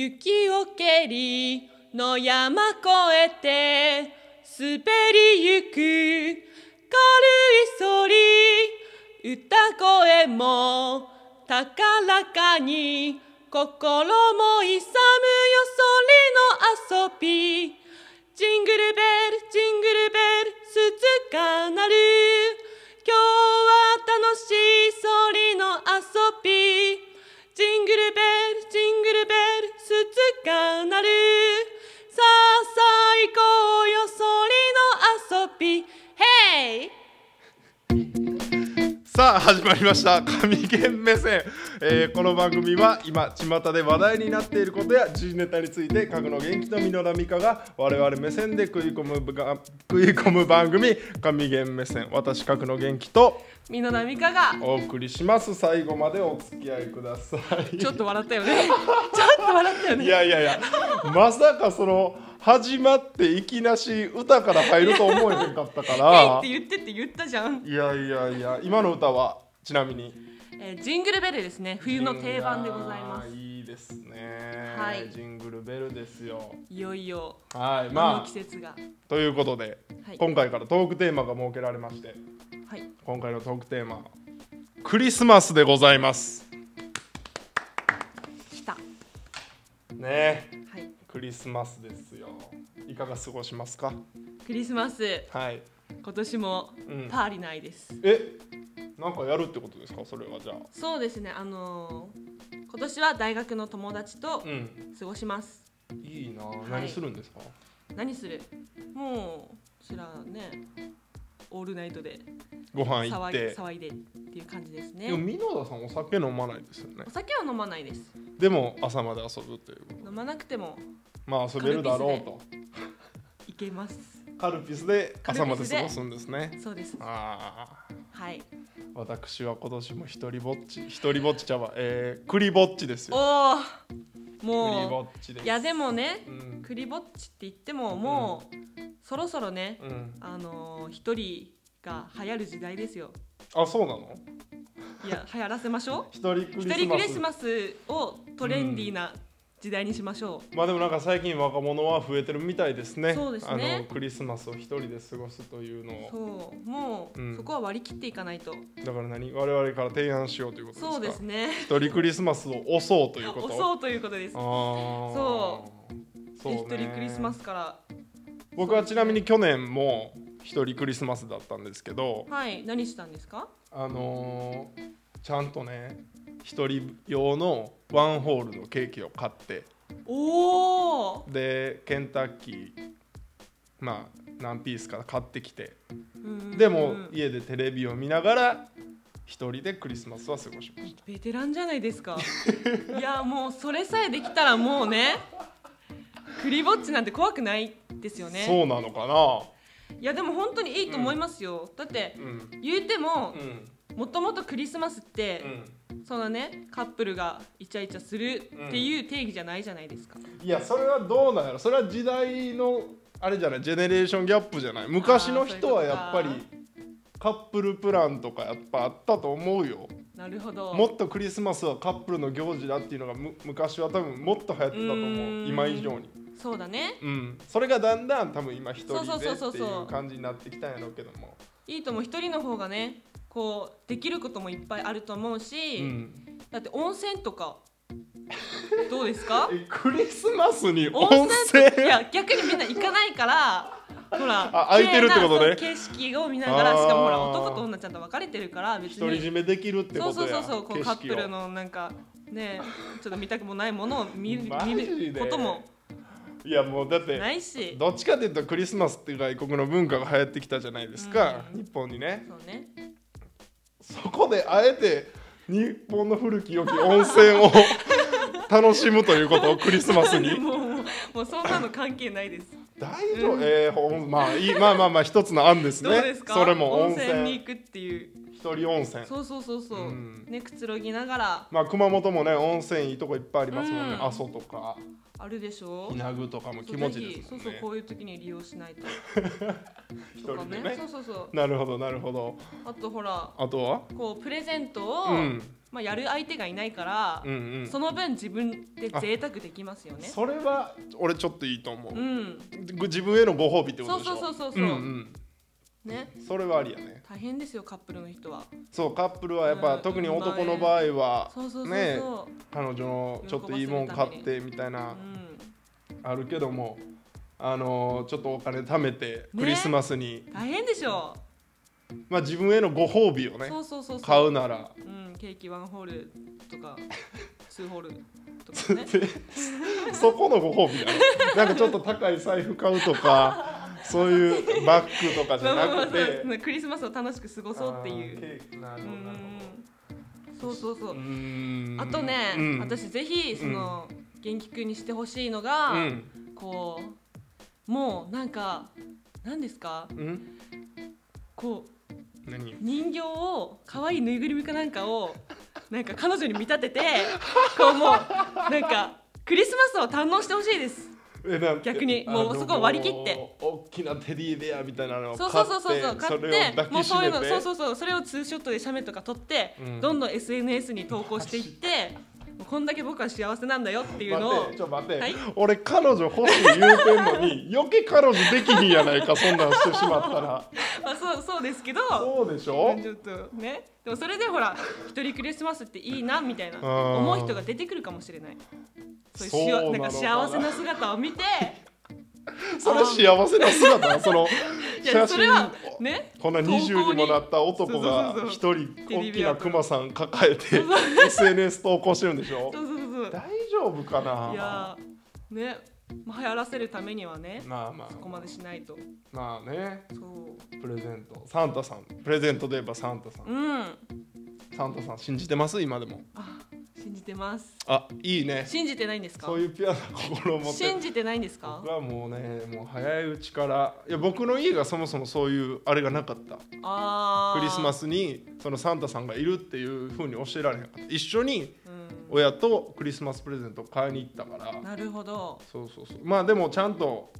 雪を蹴りの山越えて滑りゆく軽いそり歌声も高らかに心も勇むよそりの遊びジングルベルジングルベル鈴かなる今日は楽しいそりの遊びジングルベルジングルベル鈴が鳴るさあさあ行こうよそりの遊び Hey! さあ始まりました神剣目線、えーこの番組は今巷で話題になっていることや時事ネタについて格の元気と実の美香が我々目線で食い込むぶが食い込む番組神剣目線私格の元気と美濃美香がお送りします最後までお付き合いくださいちょっと笑ったよね ちょっと笑ったよいねやいやいやまさかその始まっていきなし歌から入ると思えへんかったか Hey! らって言ってって言ったじゃん、いやいやいや今の歌はちなみにえージングルベルですね冬の定番でございますやーいいですね。はいジングルベルですよ。いよいよはい、あのま季あ、節が、ということで、はい今回からトークテーマが設けられまして、はい、今回のトークテーマ。クリスマスでございます。来た、はねえ、い、クリスマスですよ。いかが過ごしますか。クリスマスはい。今年もうんパーリないです、え、なんかやるってことですか、それはじゃあ。そうですねあのー今年は大学の友達とうん。過ごします、いいな、い何するんですか。何するもうそらねオールナイトでご飯行騒っいて。騒いでっていう感じですでも、ね美濃田さん、お酒飲まないですよねお。酒は飲まないですでも、朝まで遊ぶという。飲まなくてもまあ、遊べるだろうと。いけますカルピスで朝まカルピでスで過ごすんですね。そうですああ、はい私は今年も一人ぼっち、一人ぼっちちゃうわ、えー、栗ぼっちですよ。おお栗ぼもっちでうす。いやでもねうん、クリぼっちって言ってももう、そろそろねうん、あのー一人が流行る時代ですよあ、そうなの。いや流行らせましょう一人ク一人クリリススママスをトレンディーな時代にしましょう、ス。まあでもなんか最近若者は増えてるみたいですね。そうですねあのクリスマスを一人で過ごすというのを、そうもう、うんそこは割り切っていかないとだから何我々から提案しようということですか。そうですね一人クリスマスを押そうということ。押そうということですああ。。そうそうでね。一人クリスマスから僕はちなみに去年も一人クリスマスだったんですけど、はい何したんですかあのーちゃんとね一人用のワンホールのケーキを買っておお、でケンタッキーまあ何ピースか買ってきてうんでもうん家でテレビを見ながら一人でクリスマスは過ごしましたベテランじゃないですか いやもうそれさえできたらもうねクリぼっちなんて怖くないですよねそうなのかないやでも本当にいいと思いますよ、だってうん言うてもう、んもともとクリスマスって、うそのねカップルがイチャイチャするっていう定義じゃないじゃないですか、んいやそれはどうなんやろそれは時代のあれじゃないジェネレーションギャップじゃない昔の人はやっぱりあーそういうこカップルプランとかやっぱあったと思うよなるほどもっとクリスマスはカップルの行事だっていうのがむ昔は多分もっと流行ってたと思ううーん今以上に、そうだねうん、それがだんだん多分今一人そうでそうっそうてそういそうう感じになってきたんやろうけどもいいとも一人の方がねこうできることもいっぱいあると思うし、うんだって温泉と かどうですかえクリスマスに温温泉泉といや逆にみんな行かないからほらあ空いてるってことね綺麗なそう景色を見ながらしかもほらあー男と女ちゃんと別れてるから別独りに占めできるってそこうそとうそやうそうこう景カ色をップルのなんかねちょっと見たくもないものを見るマジで見ることもいやもうだってないしどっちかっていうとクリスマスって外国の文化が流行ってきたじゃないですか、うん日本にねそうねそこであえて日本の古き良き温泉を楽しむということをクリスマス にもうもうもうそんなの関係ないです。大丈夫、えーほんまあいいまあまあまあ一つの案ですねどうですか？それも温温泉泉に行くっていう。一人温泉そうそうそうそう、うんねくつろぎながらまあ熊本もね温泉いいとこいっぱいありますもんね、うん阿蘇とかあるでしょ稲具とかもそう気持ちいぜいひですそうもんそうねこういう時に利用しないと一とか人でねねそうそうそうなるほどなるほどあとほらあとはこうプレゼントを、うんまあ、やる相手がいないから、うんうんその分自分で贅沢できますよねそれは俺ちょっといいと思う、うん自分へのご褒美ってことでしそょうそうそうそうそうんねうん、それはありやね大変ですよカップルの人はそうカップルはやっぱ、うん特に男の場合はそうそうそうそう、ね彼女のちょっといいもん買ってみたいうな、んあるけどもあのーちょっとお金貯めてねクリスマスに、大変でしょまあ自分へのご褒美をねそうそうそうそう買うならうん、ケーキワンホールと かツーホールとかねそこのご褒美だね なんかちょっと高い財布買うとかそういうバッグとかじまゃあまあまなあくそうでてすねクリスマスを楽しく過ごそうっていあーうケーキなるうほどなるんそうそうそほどううーんあとね、うん私ぜひその、元気くんにしてほしいのが、うんこうもうなんか何ですかうんこう何人形を可愛いぬいぐるみかなんかをなんか彼女に見立 ててこうもうなんかクリスマスを堪能してほしいですえなんて逆にもうあのそこを割り切ってもう大きなテディベアみたいなのを買そうってそうそうそうそう買っそれをて抱もうきしそういめうのてそうそうそうそれをツーショットで写メとか撮って、うんどんどん SNS に投稿していってもうこんだけ僕は幸せなんだよっていうのを待ってちょ待って、はい俺彼女欲しい言うてんのに余計彼女できひんやないかそんなんしてしまった らまあ、そうそうですけどそうでしょちょっとねでもそれでほら一人クリスマスっていいなみたいなうん思う人が出てくるかもしれないそういうしそうわななのんかかな幸せな姿を見 てそれ幸せな姿その い写やそれは真ねこんな20にもなった男がそうそうそう一人大きなクマさん抱えてそう SNS 投稿してるんでしょ そうそうそうそ大丈夫かうないやーねまあ流行らせるためにはねまあまそこまでしないとあまあねそうプレゼントサンタさんプレゼントで言えばサンタさんうんサンタさん信じてます今でもあ信じてますあいいね信じてないんですかそういうピュアな心を持って信じてないんですか僕はもうねもう早いうちからいや僕の家がそもそもそういうあれがなかったあークリスマ、スにそのサンタさんがいるっていうふうに教えられへんかった一緒にう親とクリスマスプレゼントを買いに行ったからん、なるほどそうそうそうまあでもちゃんと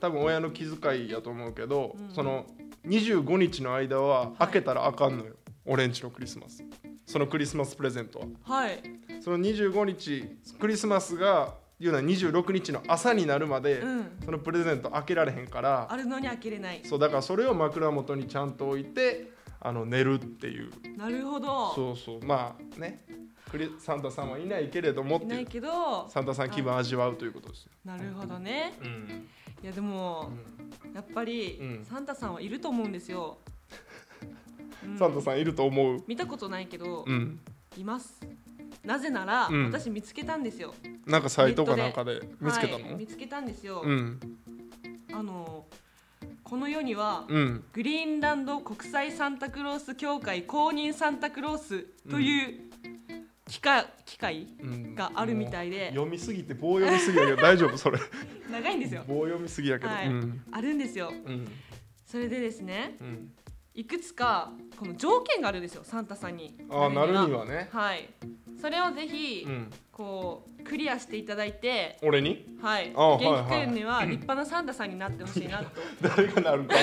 多分親の気遣いやと思うけど、うんその25日の間は開けたらあかんのよ、俺んちのクリスマスそのクリスマスプレゼントははいその25日クリスマスが言うのは26日の朝になるまで、うんそのプレゼント開けられへんからあるのに開けれないそうだからそれを枕元にちゃんと置いてあの寝るっていうなるほどそうそうまあねクリサンタさんはいないけれどもっていいうないけどサンタさん気分味わうということですよなるほどねうんいやでも、やっぱり、うんサンタさんはいると思うんですよ、うんサンタさんいると思う見たことないけど、うんいますなぜなら、うん私見つけたんですよなんかサイトかなんかで見つけたはい、の見つけたんですよ、うんあのこの世には、うんグリーンランド国際サンタクロース協会公認サンタクロースという機械,、機械うんがあるみたいでもう読みすぎて棒読みすぎやけど大丈夫それ長いんですよ棒読みすぎやけどはいうんあるんですようんそれでですねうんいくつかこの条件があるんですよサンタさんにああなるにははねはいそれをぜひ、うんこうクリアしていただいて俺に はいあはい元気くんには立派なサンタさんになってほしいなと誰がなる か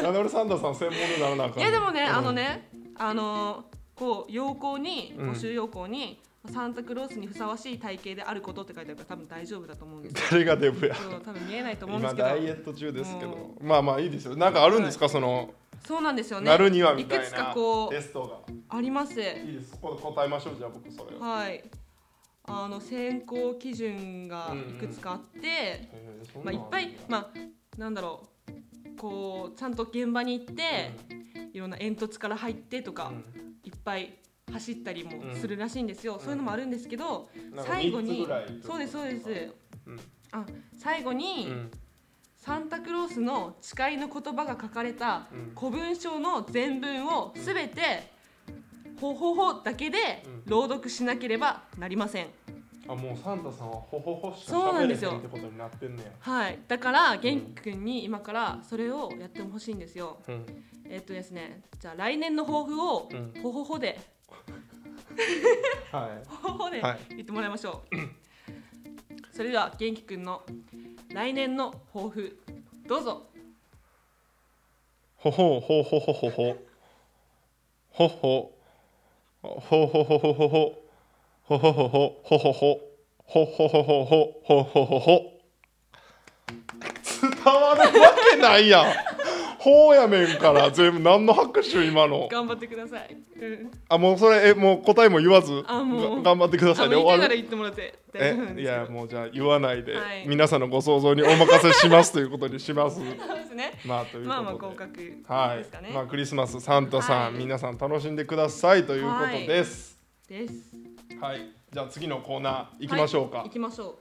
なんで俺サンタさん専門でならなあかんのいやでもね、うんあのねあのーこう要項にうん募集要項に、サンタクロースにふさわしい体型であることって書いてあるから多分大丈夫だと思うんです誰がデブやけど多分見えないと思うんで今すけどダイエット中ですけどまあまあいいですよなんかあるんですかそのそうなんですよねなるにはみたいいくつなかこテうストありますがいいですそこで答えましょうじゃあ僕それをはいあの選考基準がいくつかあって、へーそんまなあ、いんっぱあるいんだまあなんだろうこうちゃんと現場に行って、いろんな煙突から入ってとか、うんいっぱい走ったりもするらしいんですよ、そういうのもあるんですけど、なんか最後三つにぐらいってこそとうですそうですうんあ最後に、うんサンタクロースの誓いの言葉が書かれたうん古文書の全文をすべて「ほほほ」だけで朗読しなければなりません、あもうサンタさんはほほほしかそうな喋んれでへすよんってことになってんねやはい、だから元気くんに今からそれをやってほしいんですよ。うんえっとですね、じゃあ来年の抱負をうんほほほで、はほほほではい言ってもらいましょう。 それでは元気くんの来年の抱負どうぞ。いほほほほほほほほほほほほほほほほほほほほほほほほほほほほほほ伝わるわけないやんほうやねんから全部何の拍手今の頑張ってください。うん。あもうそれえもう答えも言わずあもうが頑張ってくださあいでの言いな終がらわる言ってもらって大え丈 夫なんですいけど。やもうじゃあ言わないで、はい皆さんのご想像にお任せしますということにし ますそうですね。まあというこまとであまあ合格ですはい、かね。まあクリスマスサンタさはん、い皆さん楽しんでくださいということです。です。はい、じゃあ次のコーナー行きましょうか。はい行きましょ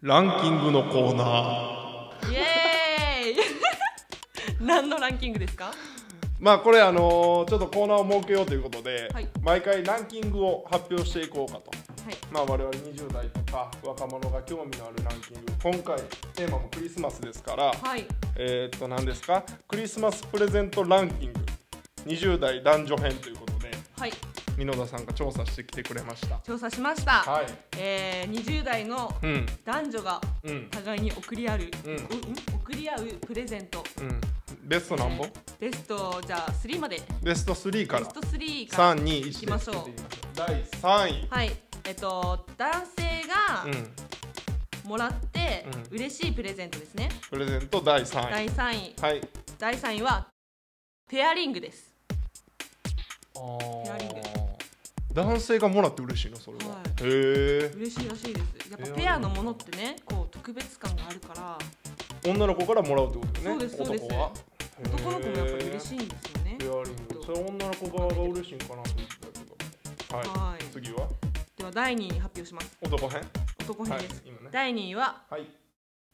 ランキングのコーナー。う。イエーイ。 何のランキングですか？まあこれあのーちょっとコーナーを設けようということで、はい毎回ランキングを発表していこうかと。はい。まあ我々20代とか若者が興味のあるランキング。今回テーマもクリスマスですから、はい。えー、っと何ですか？クリスマスプレゼントランキング20代男女編ということで、はい。箕田さんが調査してきてくれました。調査しました、はい。えー、20代のうん。男女がうん。互いに贈り合う、うんおん贈り合うプレゼントうん、ベスト何本、ベストじゃあ3までベスト3かベらスト3から321でいきましょう聞いてみましょう第3位、はいえっと男性がうん、もらってう嬉しいプレゼントですね、プレゼント第3位は第い、3位第3位はペアリングです、ペアリング男性がもらって嬉しいのそれは、はへ嬉しいらしいですやっペアリンぱグペアのものってねこう特別感があるからえ女の子からもらうってことねそうですそうです男は男の子もやっぱり嬉しいいんですよねペアリングそれ女の子側が嬉しいんかなと思ってたけどはい、はい次はでは第2位発表します男編男は編いです、今ね第2位ははい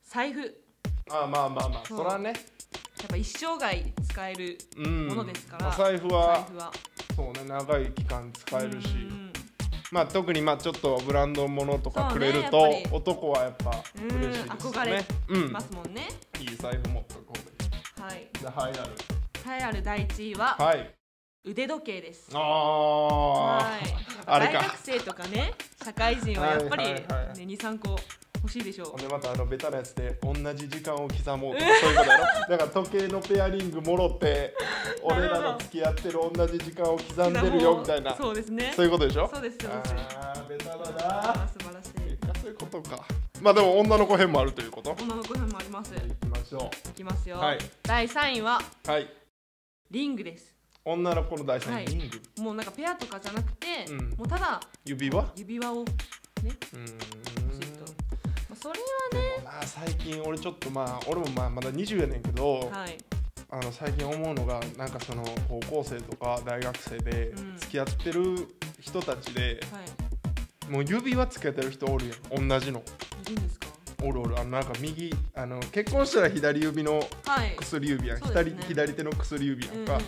財布やあまあまあまあそそうらねっぱ一生涯使えるうんものですからお財布財は布はそうね長い期間使えるしうんまあ、特にまあちょっとブランドものとかそくうねれると、やっぱり男はやっぱ嬉しいですようねん憧れうんますもんねいい財布持っとこうはいでではいある栄えある第1位ははい腕時計ですあはあいあれ大か学生とかね社会人はやっぱりはいねはいはい23個欲しいでしょほんうでまたあのベタなやつで同じ時間を刻もうとかそういうことやろだから時計のペアリングもろって俺らの付き合ってる同じ時間を刻んでるよみたいなそうそうですねいうことでしょそうですそうですああベタだなあー素晴らしいそういうことかまあでも女の子編もあるということい女の子編もありますいきましょきますよはい第3位はうはいリングです女の子の大事はないリングもうなんかペアとかじゃなくてうんもうただ指輪指輪をねうーん欲しいとまあそれでもな最近俺ちょっとまあ俺もまあまだ20やねんけど、ははいあの最近思うのがなんかその高校生とか大学生でうん付き合ってる人たちで、はいもう指輪つけてる人おるやん同じのいるんですか。おるおるあのなんか右あの結婚したら左指のはい。薬指やん、そうですね左左手の薬指やうんうんんか、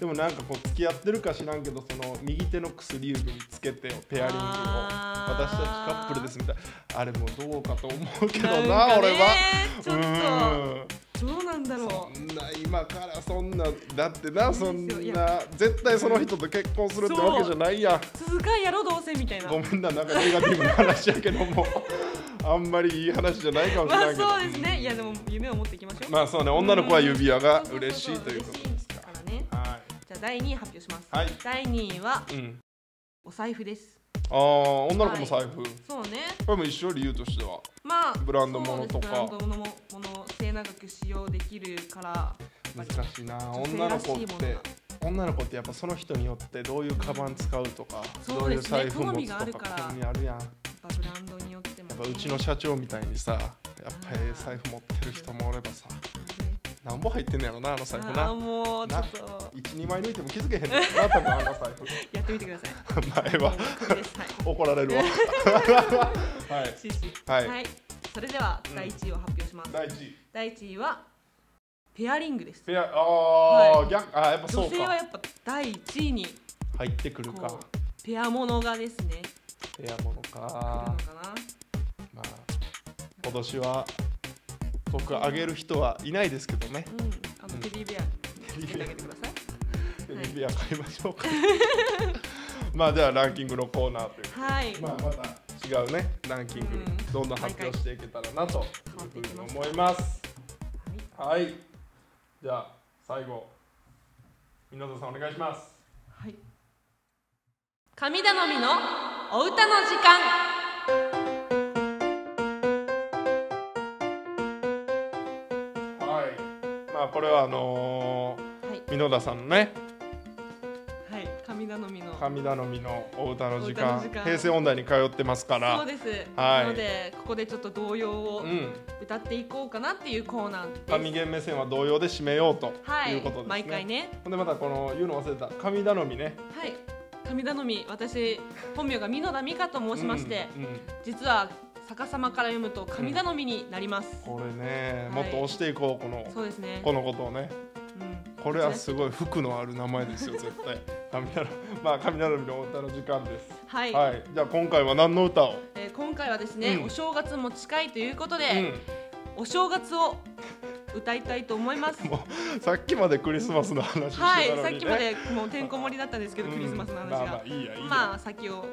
でもなんかこう付き合ってるか知らんけどその右手の薬指につけてペアリングをあー私たちカップルですみたいなあれもどうかと思うけどうん。ななんかね俺は。ちょっとどうなんだうーんろう。そんな今からそんなだってなそそうんですよいな絶対その人と結婚するってわけじゃないやん続かんやろどうせみたいな。ごめんななんかネガティブな話やけども あんまりいい話じゃないかもしれまなあいけど、そうですね。いやでも夢を持っていきましょう。まあそうね女の子は指輪がそうそうそう嬉しいということですか嬉しいからね。はじゃあ第二位発表します。はい、第二位はいうん、お財布です。あー女の子も財布、そうね。これも一緒理由としてはまあブランド物とかそうですブランド物ももの末永く使用できるから。難しいな女性女のらしい子っものてが女の子ってやっぱその人によってどういうカバン使うとか、そどううでいうすね財布持つ好みがあるとかから興味あるやんややっっぱブランドによっても、ね。ぱうちの社長みたいにさやっぱりあー財布持ってる人もおればさなんぼ入ってんねやろなあの財あ布ーなもうちょっと12枚抜いても気づけへんねんな多分あの財やってみてくだ さい。布前はそうですはい。怒ら れるわはいシーシーはいそれではうん第1位を発表します。第一位第1位はペアリングです。ペアあー、はい逆あーやっぱそ女う性はかやっぱ第1位に入ってくるかこうペアものがですね、レアもの来るかの、かなまあ、今年は僕あげる人はいないですけどねうんあのテディベアつけてあげてくださいテレビは買いましょうか まあではランキングのコーナーというはい、まあ、また違うねランキングうんどんどん発表していけたらなというふうに思いますはいじゃあ最後湊さんお願いしますはい、神頼みのお歌の時間はいまあこれはあのはいー、箕田さんのねはい神頼みの神頼みのお歌の時間お歌の時間平成音大に通ってますからそうです、はいなのでここでちょっと童謡をうん歌っていこうかなっていうコーナーです神源目線は同様で締めようとはいいうことですね、毎回ねほんでまたこの言うの忘れた神頼みねはい神頼み私本名が美濃田美香と申しまして、うんうん実は逆さまから読むと神頼みになります、これね、はいもっと押していこうこのそうですねこのことをねうんこれはすごい服のある名前 ですよ絶対神頼みまあ神頼みのお歌の時間ですはい、はい、じゃあ今回は何の歌を、えー今回はですね、うんお正月も近いということで、うお正月を歌いたいと思います。ん、もうさっきまでクリスマスの話してたのはいに、ね、、さっきまでもうてんこ盛りだったんですけど、うんクリスマスの話まあまがあ。いいやいいや、まあ、先を見て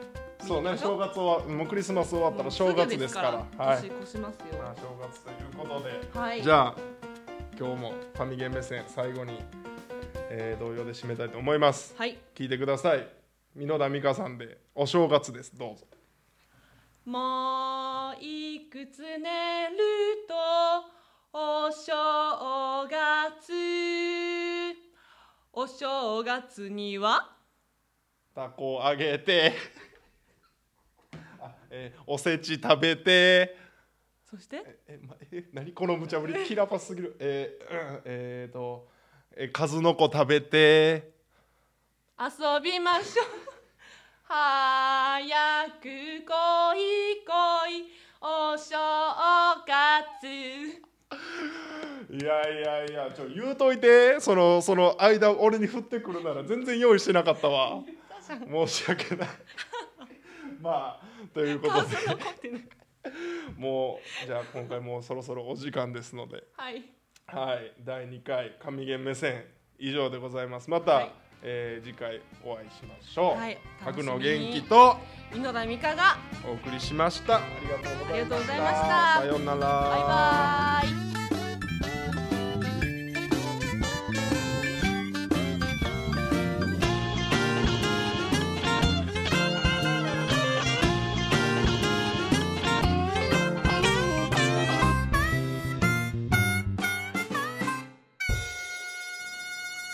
そうみねましょ正う。月はもうクリスマス終わったら正月ですからもうすぐはい、年越しますまあよ。正月ということではい。じゃあ今日も神ゲ目線最後に、えー、同様で締めたいと思いますはい。聞いてください箕田美香さんでお正月ですどうぞもういくつ寝るとお正月お正月にはたこをあげて あ、えーおせち食べてそしてえ、ま、え何この無茶ぶりキラパスすぎるえー、うんえー、とえ数の子食べて遊びましょう早く来い来いお正月いやいやいやちょ言うといてそのその間俺に振ってくるなら全然用意してなかったわ申し訳ない まあということで数の子ってなんかもうじゃあ今回もうそろそろお時間ですのではいはい、第2回神言目線以上でございます。また、はいえー次回お会いしましょう。はい各おの楽しみ元に気と井野田美香がお送りしました。ありがとうございましあた。さりようなら。バイバーイ